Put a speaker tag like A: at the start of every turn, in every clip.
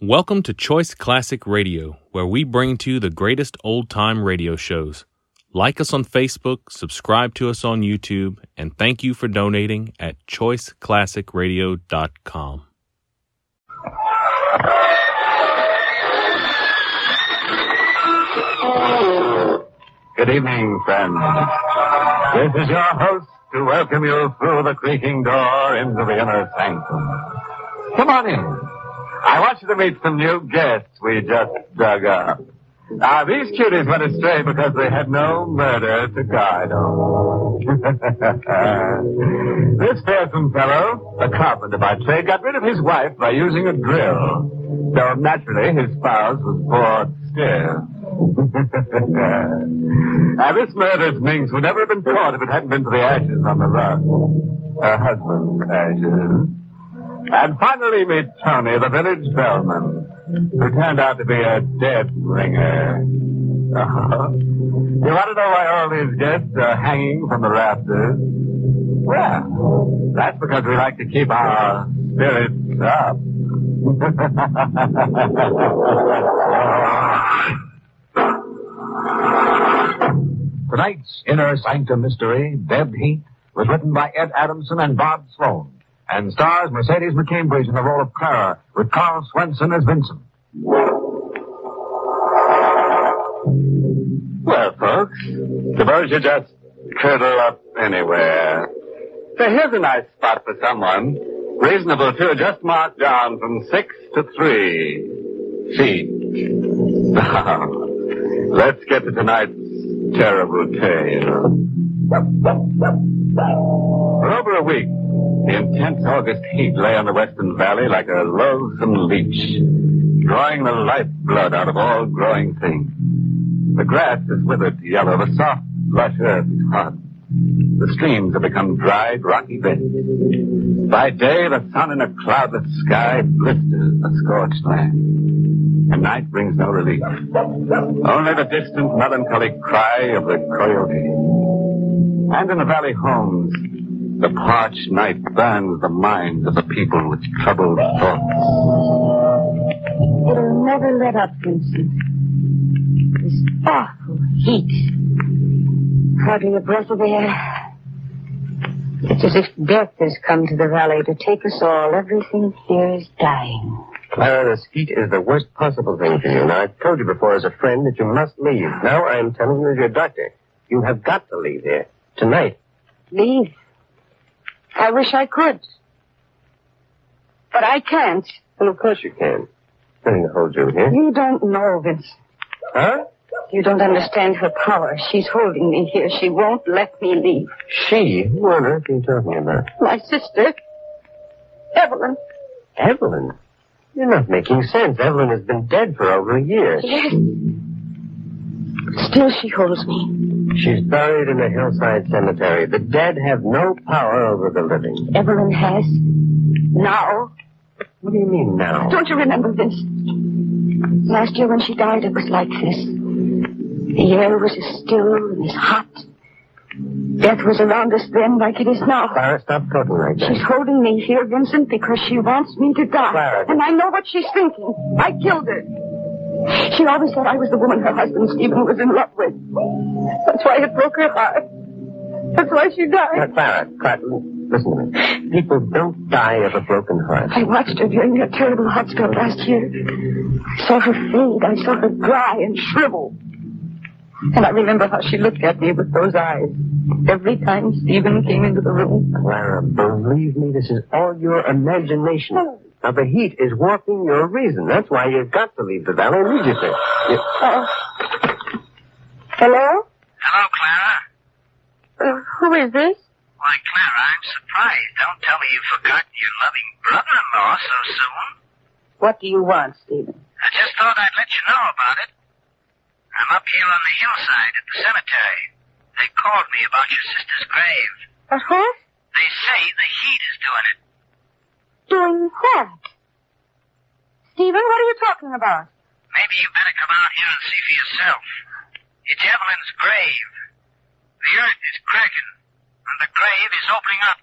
A: Welcome to Choice Classic Radio, where we bring to you the greatest old time radio shows. Like us on Facebook, subscribe to us on YouTube, and thank you for donating at choiceclassicradio.com.
B: Good evening, friends. This is your host to welcome you through the creaking door into the inner sanctum. Come on in. I want you to meet some new guests we just dug up. Now, these cuties went astray because they had no murder to guide them. this fearsome fellow, a carpenter by trade, got rid of his wife by using a drill. So naturally, his spouse was bored stiff. Now, this murderous minx would never have been caught if it hadn't been for the ashes on the rug. Her husband's ashes. And finally meet Tony, the village bellman, who turned out to be a dead ringer. Uh-huh. You want to know why all these guests are hanging from the rafters? Well, that's because we like to keep our spirits up. Oh,
C: Tonight's Inner Sanctum Mystery, Deb Heat, was written by Ed Adamson and Bob Sloan, and stars Mercedes McCambridge in the role of Clara, with Carl Swenson as Vincent.
B: Well, folks, suppose you just curl up anywhere. Say, here's a nice spot for someone. Reasonable, too. Just mark down from six to three feet. Now, let's get to tonight's terrible tale. For over a week, the intense August heat lay on the Western Valley like a loathsome leech, drawing the lifeblood out of all growing things. The grass is withered to yellow. The soft, lush earth is hot. The streams have become dried, rocky beds. By day, the sun in a cloudless sky blisters the scorched land. And night brings no relief. Only the distant, melancholy cry of the coyote. And in the valley homes, the parched night burns the minds of the people with troubled thoughts.
D: It'll never let up, Vincent. This awful heat. Hardly a breath of air. It's as if death has come to the valley to take us all. Everything here is dying.
E: Clara, this heat is the worst possible thing for you. Now, I've told you before as a friend that you must leave. Now I'm telling you as your doctor. You have got to leave here. Tonight.
D: Leave. I wish I could. But I can't.
E: Well, of course you can. Nothing to hold you here.
D: You don't know, Vincent.
E: Huh?
D: You don't understand her power. She's holding me here. She won't let me leave.
E: She? Who on earth are you talking about?
D: My sister, Evelyn.
E: Evelyn? You're not making sense. Evelyn has been dead for over a year.
D: Yes. Still she holds me.
E: She's buried in a hillside cemetery. The dead have no power over the living.
D: Evelyn has. Now.
E: What do you mean now?
D: Don't you remember this? Last year when she died, it was like this. The air was as still and as hot. Death was around us then like it is now.
E: Clara, stop talking like
D: She's
E: that.
D: holding me here, Vincent, because she wants me to die.
E: Clara.
D: And I know what she's thinking. I killed her. She always said I was the woman her husband Stephen was in love with. That's why it broke her heart. That's why she
E: Now,
D: died.
E: Clara, Clara, listen to me. People don't die of a broken heart.
D: I watched her during that terrible hot spell last year. I saw her fade. I saw her dry and shrivel. And I remember how she looked at me with those eyes every time Stephen came into the room.
E: Clara, believe me, this is all your imagination. Now, the heat is warping your reason. That's why you've got to leave the valley immediately. You...
D: Oh. Hello?
F: Hello, Clara.
D: Uh, who is this?
F: Why, Clara, I'm surprised. Don't tell me you've forgotten your loving brother-in-law so soon.
D: What do you want, Stephen?
F: I just thought I'd let you know about it. I'm up here on the hillside at the cemetery. They called me about your sister's grave.
D: But what?
F: They say the heat is doing it.
D: Doing what? Stephen, what are you talking about?
F: Maybe you better come out here and see for yourself. It's Evelyn's grave. The earth is cracking, and the grave is opening up.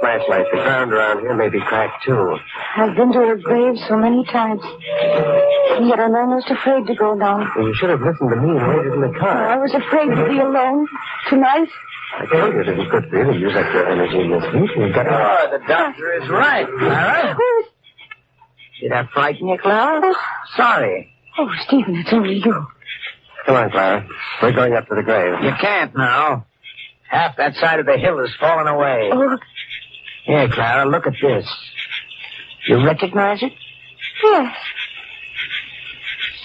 B: flashlight. The ground around here may be cracked, too.
D: I've been to her grave so many times. And yet I'm almost afraid to go down.
B: Well, you should have listened to me and waited in the
D: I
B: car.
D: was afraid to be alone tonight.
B: I told you it'd be good for you to use up your energy in this heat. You've got to...
G: Oh, the doctor is right, Clara.
D: Oh,
G: Did I frighten you, Clara? Sorry.
D: oh, Stephen, it's only you.
B: Come on, Clara. We're going up to the grave.
G: You can't now. Half that side of the hill has fallen away.
D: Oh,
G: Here, Clara, look at this. You recognize it?
D: yes.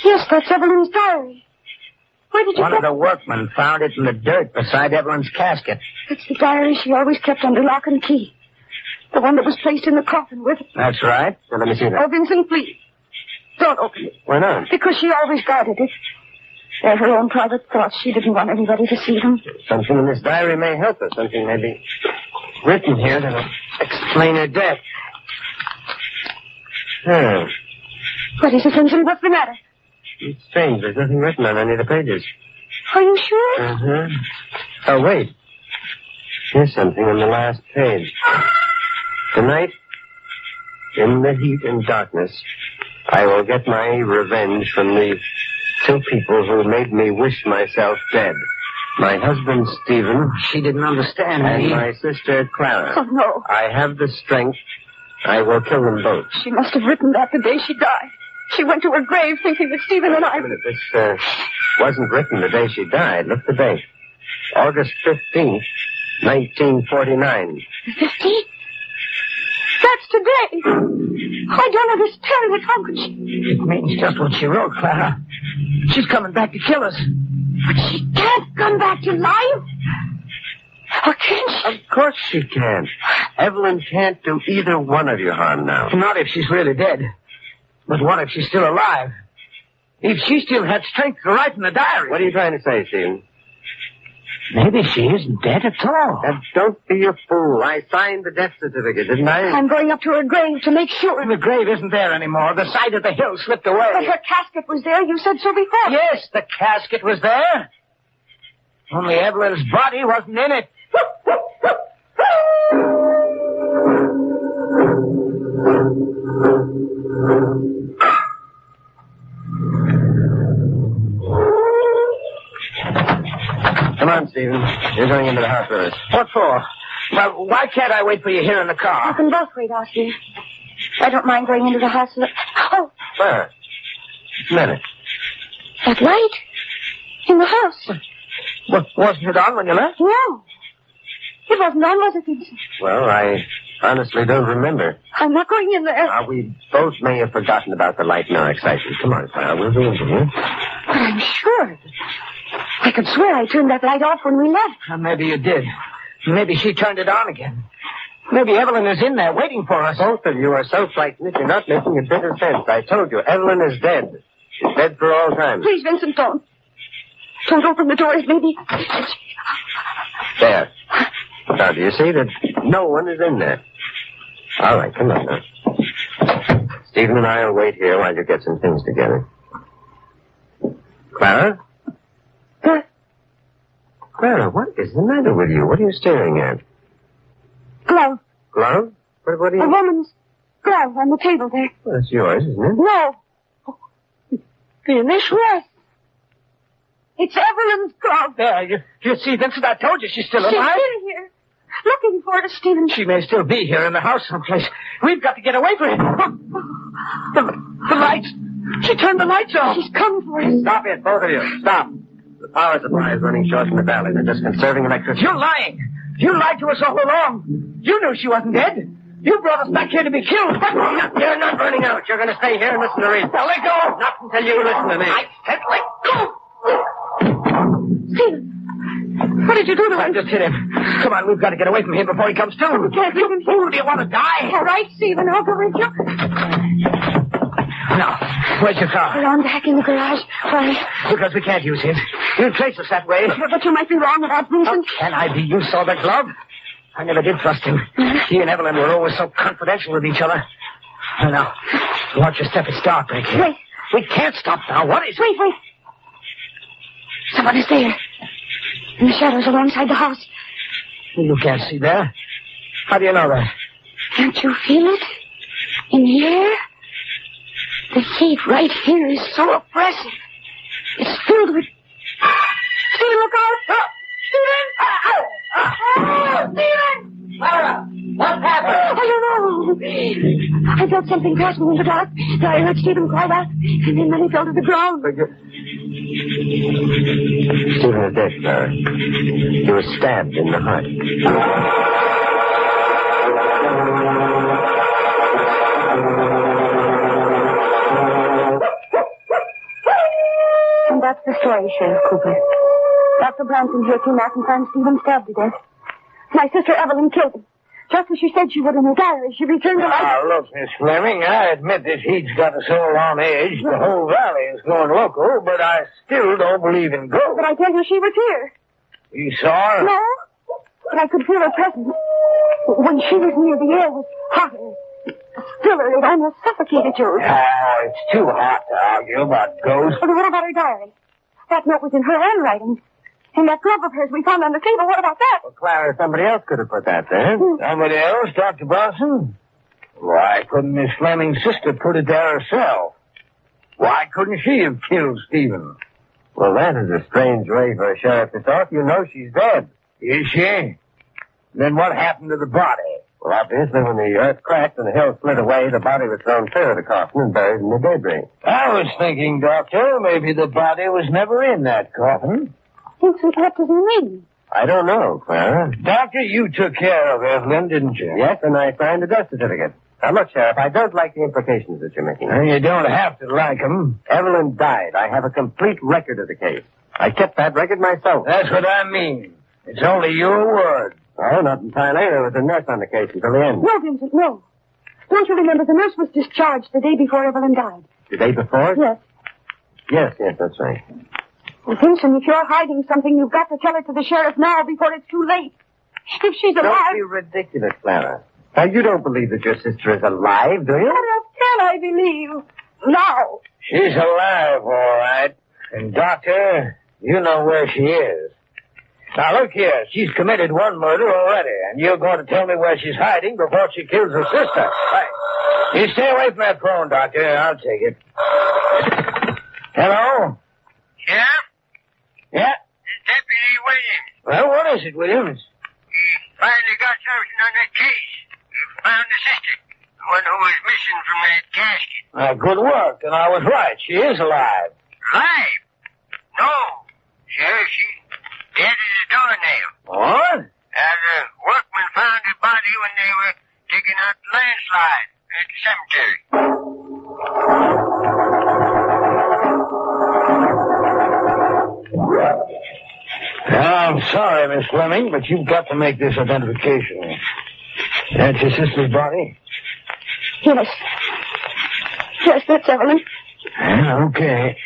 D: Yes, that's Evelyn's diary. Where did you
G: One
D: get
G: of the workmen found it in the dirt beside Evelyn's casket.
D: It's the diary she always kept under lock and key. The one that was placed in the coffin with...
G: That's right.
B: Now, let me see that.
D: Oh, Vincent, please. Don't open it.
B: Why not?
D: Because she always guarded it. They're her own private thoughts. She didn't want anybody to see them.
B: Something in this diary may help us. Something may be written here that'll explain her death. Hmm.
D: What is it, Vincent? What's the matter?
B: It's strange. There's nothing written on any of the pages.
D: Are you sure?
G: Uh.
B: Uh-huh. Oh, wait. Here's something on the last page. Tonight, in the heat and darkness, I will get my revenge from the two people who made me wish myself dead. My husband, Stephen,
G: She didn't understand
B: and
G: me.
B: my sister,
D: Oh,
B: Clara.
D: no.
B: I have the strength. I will kill them both.
D: She must have written that the day she died. She went to her grave thinking that Stephen and I...
B: Wait a minute. This uh, wasn't written the day she died. Look at the date. August 15th, 1949.
D: Fifty? That's today. I don't understand what how could she...
G: It means just what she wrote, Clara. She's coming back to kill us.
D: But she can't come back to life. How can she?
B: Of course she can. Evelyn can't do either one of you harm now.
G: Not if she's really dead. But what if she's still alive? If she still had strength to write in the diary.
B: What are you trying to say, Stephen?
G: Maybe she isn't dead at all.
B: Now, don't be a fool. I signed the death certificate, didn't I?
D: I'm going up to her grave to make sure.
G: The grave isn't there anymore. The side of the hill slipped away.
D: But her casket was there. You said so before.
G: Yes, the casket was there. Only Evelyn's body wasn't in it.
B: Come on, Stephen. You're going into the house with us.
G: What for? Well, why can't I wait for you here in the
D: I
G: car?
D: can both wait out here. I don't mind going into the house. And... Oh,
B: Where? Just a minute.
D: that light in the house.
G: Wa- wasn't it on when you left?
D: No, it wasn't on, was it? Vincent?
B: Well, I honestly don't remember.
D: I'm not going in there.
B: Uh, we both may have forgotten about the light in our excitement. Come on, Clara. We'll be in here.
D: But I'm sure. of it. I could swear I turned that light off when we left.
G: Uh, Maybe you did. Maybe she turned it on again. Maybe Evelyn is in there waiting for us.
B: Both of you are so frightened that you're not making a bit of sense. I told you, Evelyn is dead. She's dead for all time.
D: Please, Vincent, don't. Don't open the doors, maybe.
B: There. Now, do you see that no one is in there? All right, come on now. Stephen and I will wait here while you get some things together. Clara? Huh? Clara, what is the matter with you? What are you staring at?
D: Glove.
B: Glove? What, what are
D: A
B: you...
D: woman's glove on the table there.
B: Well, it's yours, isn't it?
D: No. Finish rest. It's Evelyn's glove.
G: There, you, you see, Vincent, I told you she's still
D: She's
G: alive.
D: in here, looking for us, Stephen.
G: She may still be here in the house someplace. We've got to get away from it. Look, The, the lights. She turned the lights off.
D: She's come for us.
B: Stop it, both of you. Stop. The power supply is running short in the valley. They're just conserving electricity.
G: You're lying. You lied to us all along. You knew she wasn't dead. You brought us back here to be killed.
B: You're not running out. You're going to stay here and listen to reason.
G: Now let go.
B: Not until you listen to me.
G: I said let go.
D: Stephen, what did you do to
G: I
D: him?
G: just hit him. Come on, we've got to get away from here before he comes to.
D: can't leave him here.
G: Do you want to die?
D: All right, Stephen, I'll go with you.
G: Now, where's your car?
D: We're on back in the garage. Why?
G: Because we can't use his. He'll trace us that way.
D: But you might be wrong about
G: How
D: Vincent.
G: can I be? You saw the glove. I never did trust him.
D: Mm-hmm.
G: He and Evelyn were always so confidential with each other. Well, now, watch your step. It's dark back here.
D: Wait.
G: We can't stop now. What is...
D: Wait, wait. Someone is there. In the shadows alongside the house.
G: You can't see there. How do you know that?
D: Can't you feel it? In here? The heat right here is so oppressive. It's filled with. Stephen, look out! Oh, Ah, Stephen! Stephen! ah, Clara, what's happened? I don't know. I felt something crashing in the dark. Then I heard Stephen call out, and then then he fell to the ground.
B: Stephen is dead, Clara. He was stabbed in the heart.
D: And that's the story, Sheriff Cooper. Dr. Branson here came out and found Stephen stabbed to death. My sister Evelyn killed him. Just as she said she would in her diary, she returned to life.
B: Ah,
G: Now, look, Miss Fleming, I admit this heat's got us all on edge. The whole valley is going loco, but I still don't believe in ghosts.
D: But I tell you, she was here.
G: You saw her?
D: No, but I could feel her presence. When she was near, the air was hotter, stiller. It almost suffocated you.
G: Oh, it's too hot to argue about ghosts.
D: Well, what about her diary? That note was in her handwriting. And that glove of hers we found on the table, what about that?
B: Clara, somebody else could have put that there.
G: Somebody else, Dr. Bronson? Why couldn't Miss Fleming's sister put it there herself? Why couldn't she have killed Stephen?
B: Well, that is a strange way for a sheriff to talk. You know she's dead.
G: Is she? Then what happened to the body?
B: Well, obviously, when the earth cracked and the hill slid away, the body was thrown clear of the coffin and buried in the debris.
G: I was thinking, Doctor, maybe the body was never in that coffin.
D: Vincent, what does he mean?
B: I don't know, Clara.
G: Doctor, you took care of Evelyn, didn't you?
B: Yes, and I signed a death certificate. Now, look, Sheriff, I don't like the implications that you're making.
G: Well, you don't have to like 'em.
B: Evelyn died. I have a complete record of the case. I kept that record myself.
G: That's what I mean. It's only your word.
B: Oh, not entirely. There was a nurse on the case until the end.
D: No, Vincent, no. Don't you remember the nurse was discharged the day before Evelyn died?
B: The day before?
D: Yes.
B: Yes, yes, that's right.
D: Well, Vincent, if you're hiding something, you've got to tell it to the sheriff now before it's too late. If she's
B: Don't
D: alive,
B: be ridiculous, Clara. Now, you don't believe that your sister is alive, do
D: what
B: you?
D: else can I believe? Now.
G: She's alive, all right. And, Doctor, you know where she is. Now, look here. She's committed one murder already, and you're going to tell me where she's hiding before she kills her sister. Right. You stay away from that phone, Doctor. I'll take it. Hello?
H: Yeah?
G: Yeah?
H: It's Deputy Williams.
G: Well, what is it, Williams?
H: He finally got something on that case. He found the sister. The one who was missing from that casket.
G: Uh, good work, and I was right. She is alive.
H: Live? No. Sir, she dead as a doornail.
G: What?
H: Uh, the workmen found her body when they were digging out the landslide at the cemetery.
G: I'm sorry, Miss Fleming, but you've got to make this identification. That's your sister's body?
D: Yes. Yes, that's Evelyn.
G: Yeah, okay.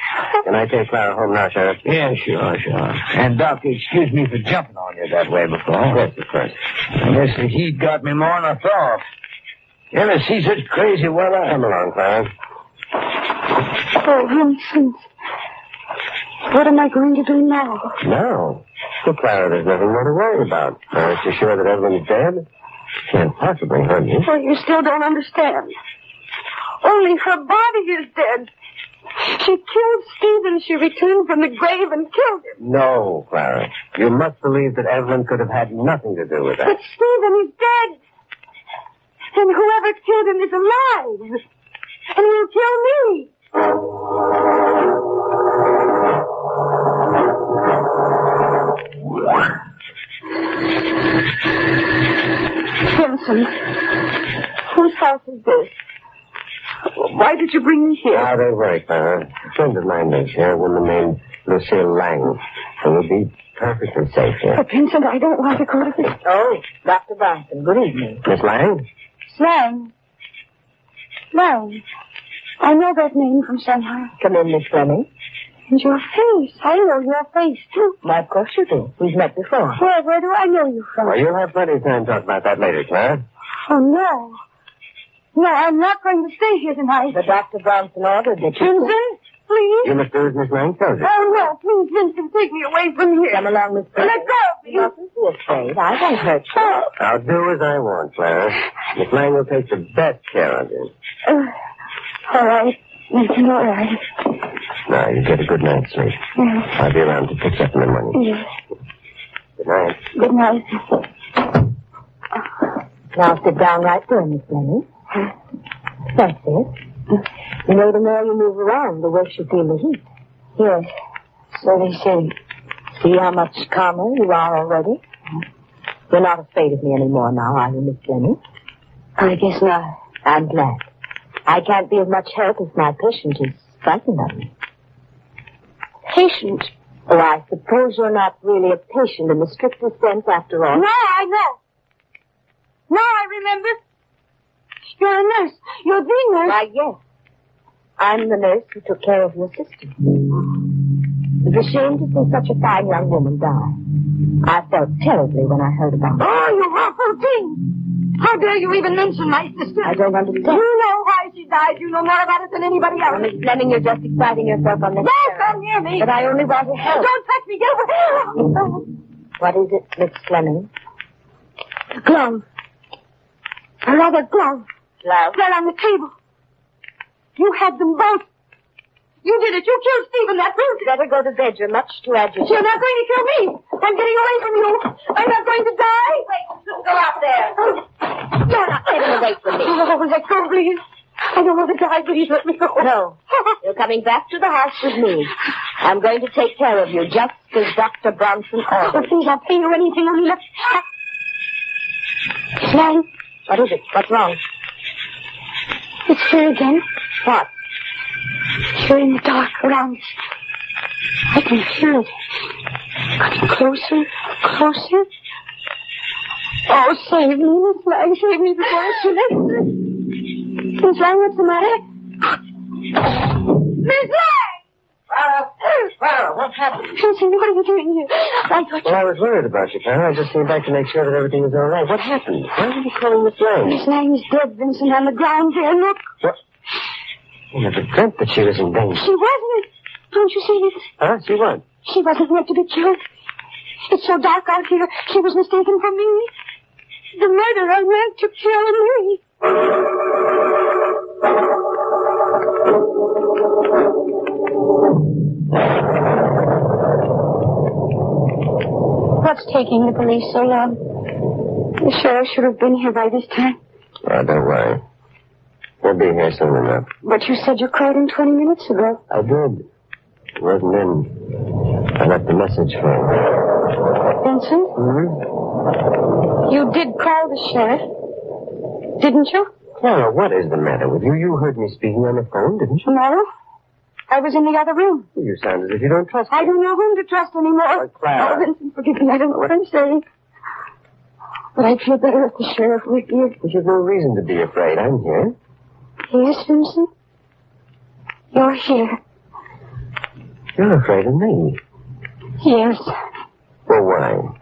B: Can I take Clara home now, Sheriff?
G: Yeah, sure, sure. And, Doctor, excuse me for jumping on you that way before.
B: Yes, of course.
G: I guess the heat got me more than I thought. You ever see such crazy weather?
B: Come along, Clara.
D: Oh, Vincent. What am I going to do now?
B: No. Well, Clara, there's nothing more to worry about. Aren't you sure that Evelyn's dead? Can't possibly hurt you.
D: Oh, you still don't understand. Only her body is dead. She killed Stephen. She returned from the grave and killed him.
B: No, Clara. You must believe that Evelyn could have had nothing to do with
D: But
B: that.
D: Stephen is dead. And whoever killed him is alive. And will kill me. Vincent, whose house is this? Why did you bring me here?
B: Now, don't worry, Clara. A friend of mine lives here, a woman named Lucille Lang. So we'll be perfectly safe here.
D: Oh, Vincent, I don't want to go to this.
I: Oh, Dr. Bronson, good evening.
B: Miss Lang?
D: Lang. Lang. I know that name from somewhere.
I: Come in, Miss Fleming.
D: And your face. I know your face, too.
I: Why, of course you do. We've met before.
D: Where, where do I know you from?
B: Well, you'll have plenty of time to talk about that later, Clara.
D: Oh, no. No, I'm not going to stay here tonight.
I: But Dr. Bronson ordered that you...
D: Vincent, please?
B: You must do as Miss Lang tells you.
D: Oh, no, please, Vincent, take me away from here. Come along, Miss Let go of Oh. me.
G: Be afraid. I won't hurt you.
B: I'll do as I want, Clara. Miss Lang will take the best care of you.
D: Uh, all right, Nathan, all right.
B: Now, you get a good night's sleep. I'll be around to pick you up in the morning.
D: Yes.
B: Good night.
D: Good night.
G: Now sit down right there, Miss Lenny. That's it. You know, the more you move around, the worse you feel the heat.
J: Yes. So they say.
G: See how much calmer you are already? You're not afraid of me anymore now, are you, Miss Lenny?
J: I guess not.
G: I'm glad. I can't be of much help if my patient is frightened of me.
J: Patient.
G: Oh, I suppose you're not really a patient in the strictest sense after all.
D: Now I know. Now I remember. You're a nurse. You're the nurse.
G: Why, yes. I'm the nurse who took care of your sister. It's a shame to see such a fine young woman die. I felt terribly when I heard about it.
D: Oh, you awful thing. How dare you even mention my sister?
G: I don't understand.
D: You know why she died. You know more about it than anybody else.
G: Miss Fleming, you're just exciting yourself on this.
D: Don't come near me.
G: But I only want to help.
D: Don't touch me. Get away. Oh,
G: What is it, Miss Fleming?
D: the glove. A leather glove.
G: Love.
D: Right on the table. You had them both. You did it. You killed Stephen, that brute.
G: Better go to bed. You're much too agitated.
D: You're not going to kill me. I'm getting away from you. I'm not going to die. Wait, don't go out there. You're not
G: getting away from me.
D: Oh, let go, please. I don't want to die. Please let me go.
G: No. You're coming back to the house with me. I'm going to take care of you, just as Dr. Bronson
D: Oh,
G: ordered.
D: please, I'll pay you anything. Only let...
G: Lang, what is it? What's wrong?
D: It's here again.
G: What?
D: Here in the dark, around us. I can hear it. Coming closer, closer. Oh, save me, Miss Lang. Save me before it's too late. Miss Lang, what's the matter? Miss Lang!
K: Clara, Clara, what's happened?
D: Vincent, what are you doing here? I thought
B: Well, I was worried about you, Clara. I just came back to make sure that everything was all right. What happened? Why were you calling Miss Lang?
D: Miss Lang is dead, Vincent, on the ground there. Look,
B: You never dreamt that she was in danger.
D: she wasn't. Don't you see it?
B: Huh? She won.
D: She wasn't meant to be killed. It's so dark out here. She was mistaken for me. The murderer meant to kill me. What's taking the police so long? The sheriff should have been here by this time.
B: Oh, don't worry. We'll be here soon enough.
D: But you said you called him 20 minutes ago.
B: I did. It wasn't in. I left a message for him.
D: Vincent?
B: Hmm?
D: You did call the sheriff, didn't you?
B: Clara, what is the matter with you? You heard me speaking on the phone, didn't you?
D: No. I was in the other room.
B: You sound as if you don't trust me.
D: I don't know whom to trust anymore.
B: Oh, Clara.
D: Oh, Vincent, forgive me. I don't know what I'm saying. But I'd feel better if the sheriff were here.
B: You've no reason to be afraid. I'm here.
D: Yes, Vincent? You're here.
B: You're afraid of me.
D: Yes.
B: Well, why?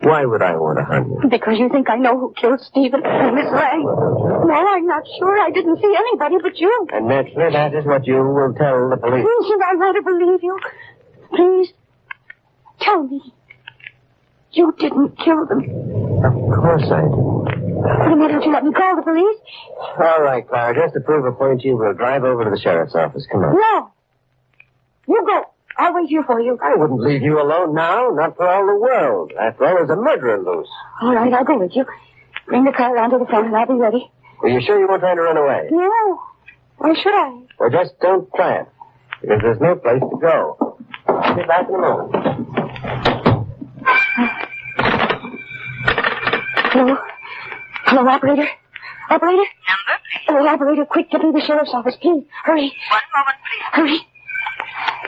B: Why would I want to harm you?
D: Because you think I know who killed Stephen and Miss Lang. No, I'm not sure. I didn't see anybody but you.
B: And naturally, that is what you will tell the police.
D: Vincent, I want to believe you. Please, tell me. You didn't kill them.
B: Of course I do.
D: Then why don't you let me call the police?
B: All right, Clara, just to prove a point, you will drive over to the sheriff's office. Come on.
D: No. You go. I'll wait here for you.
B: I wouldn't leave you alone now, not for all the world. After all, there's a murderer loose.
D: All right, I'll go with you. Bring the car around to the front and I'll be ready.
B: Are you sure you won't try to run away?
D: No. Why should I?
B: Well, just don't try it, because there's no place to go. I'll be back in a moment.
D: Hello? Hello, operator? Operator?
H: Amber,
D: Hello, operator, quick, get me to the sheriff's office, please. Hurry,
H: one moment, please.
D: hurry.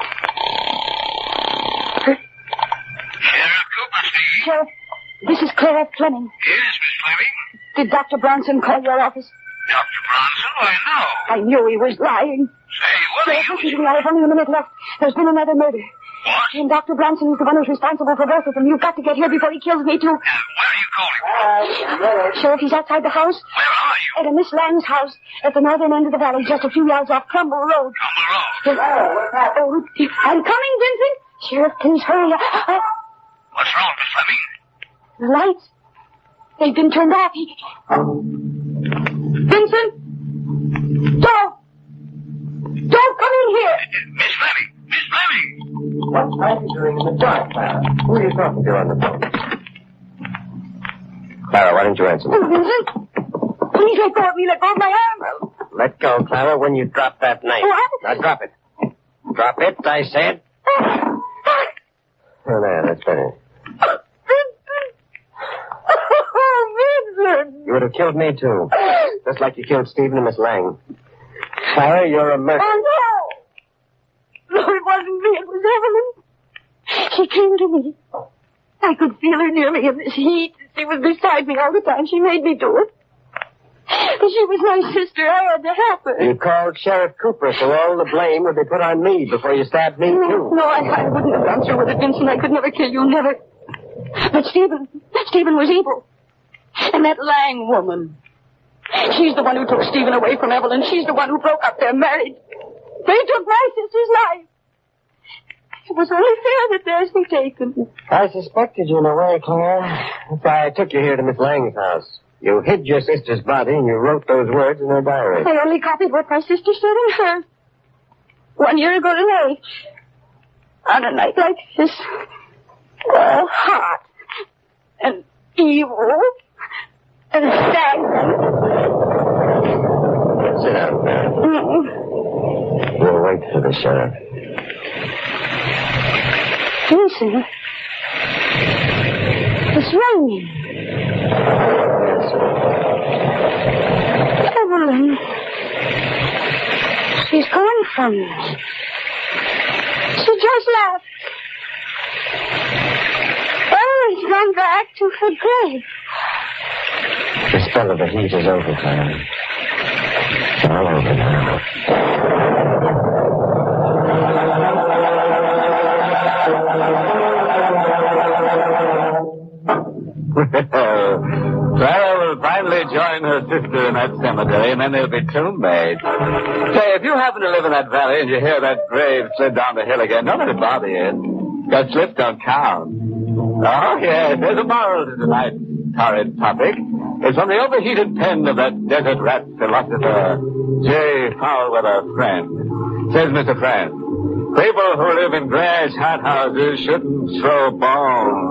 H: Sheriff Cooper speaking.
D: Sheriff, this is Clara Fleming.
H: Yes, Miss Fleming.
D: Did Dr. Bronson call your office?
H: Dr. Bronson, why, no.
D: I knew he was lying.
H: Say, what are
D: Sheriff,
H: you...
D: this is I have only a minute left. There's been another murder.
H: What?
D: And Dr. Bronson is the one who's responsible for both of them. You've got to get here before he kills me, too.
H: Now, where are you calling from?
D: Sheriff, he's outside the house.
H: Where are you?
D: At a Miss Lang's house at the northern end of the valley, just a few yards off Crumble Road.
H: On the road.
D: If, oh, oh, I'm coming, Vincent. Sheriff, please hurry. Uh,
H: What's wrong, Miss Fleming?
D: the lights, they've been turned off. He... Vincent! Don't! Don't come in here!
H: Miss Fleming! Miss Fleming!
B: What are you doing in the dark, Clara? Who are you talking to on the phone? Clara, why don't you answer me?
D: Oh, Vincent! Please let go of me. Let go of my arm.
B: Let go, Clara, when you drop that knife.
D: What?
B: Now drop it. Drop it, I said. Oh, there, that's better.
D: Oh, Vincent!
B: You would have killed me, too. Just like you killed Stephen and Miss Lang. Clara, you're a murderer.
D: Oh, no! No, it wasn't me. It was Evelyn. She came to me. I could feel her near me in this heat. She was beside me all the time. She made me do it. But she was my sister. I had to help her.
B: You called Sheriff Cooper, so all the blame would be put on me before you stabbed me, too.
D: No, I, I wouldn't have gone through with it, Vincent. I could never kill you, never. But Stephen, Stephen was evil. And that Lang woman. She's the one who took Stephen away from Evelyn. She's the one who broke up their marriage. They took my sister's life. It was only fair that theirs be taken.
B: I suspected you in a way, Clara. That's why I took you here to Miss Lang's house. You hid your sister's body and you wrote those words in her diary.
D: I only copied what my sister said in hers. One year ago today. On a night like this. Well, hot. And evil. And stagnant.
B: Sit down, Clara.
D: Mm-mm.
B: We'll wait for the sheriff.
D: Listen. It's raining. Evelyn. She's gone from us. She just left. Evelyn's gone back to her grave.
B: The spell of the heat is over, Clara. It's all over now.
L: Clara will finally join her sister in that cemetery, and then they'll be tombmates. Say, if you happen to live in that valley and you hear that grave slid down the hill again, don't let it bother you. Because slips don't count. Oh, yes, there's a moral to tonight's torrid topic. It's from the overheated pen of that desert rat philosopher, J. Fowlweather Friend. Says Mr. Friend, people who live in grass hot houses shouldn't throw bombs.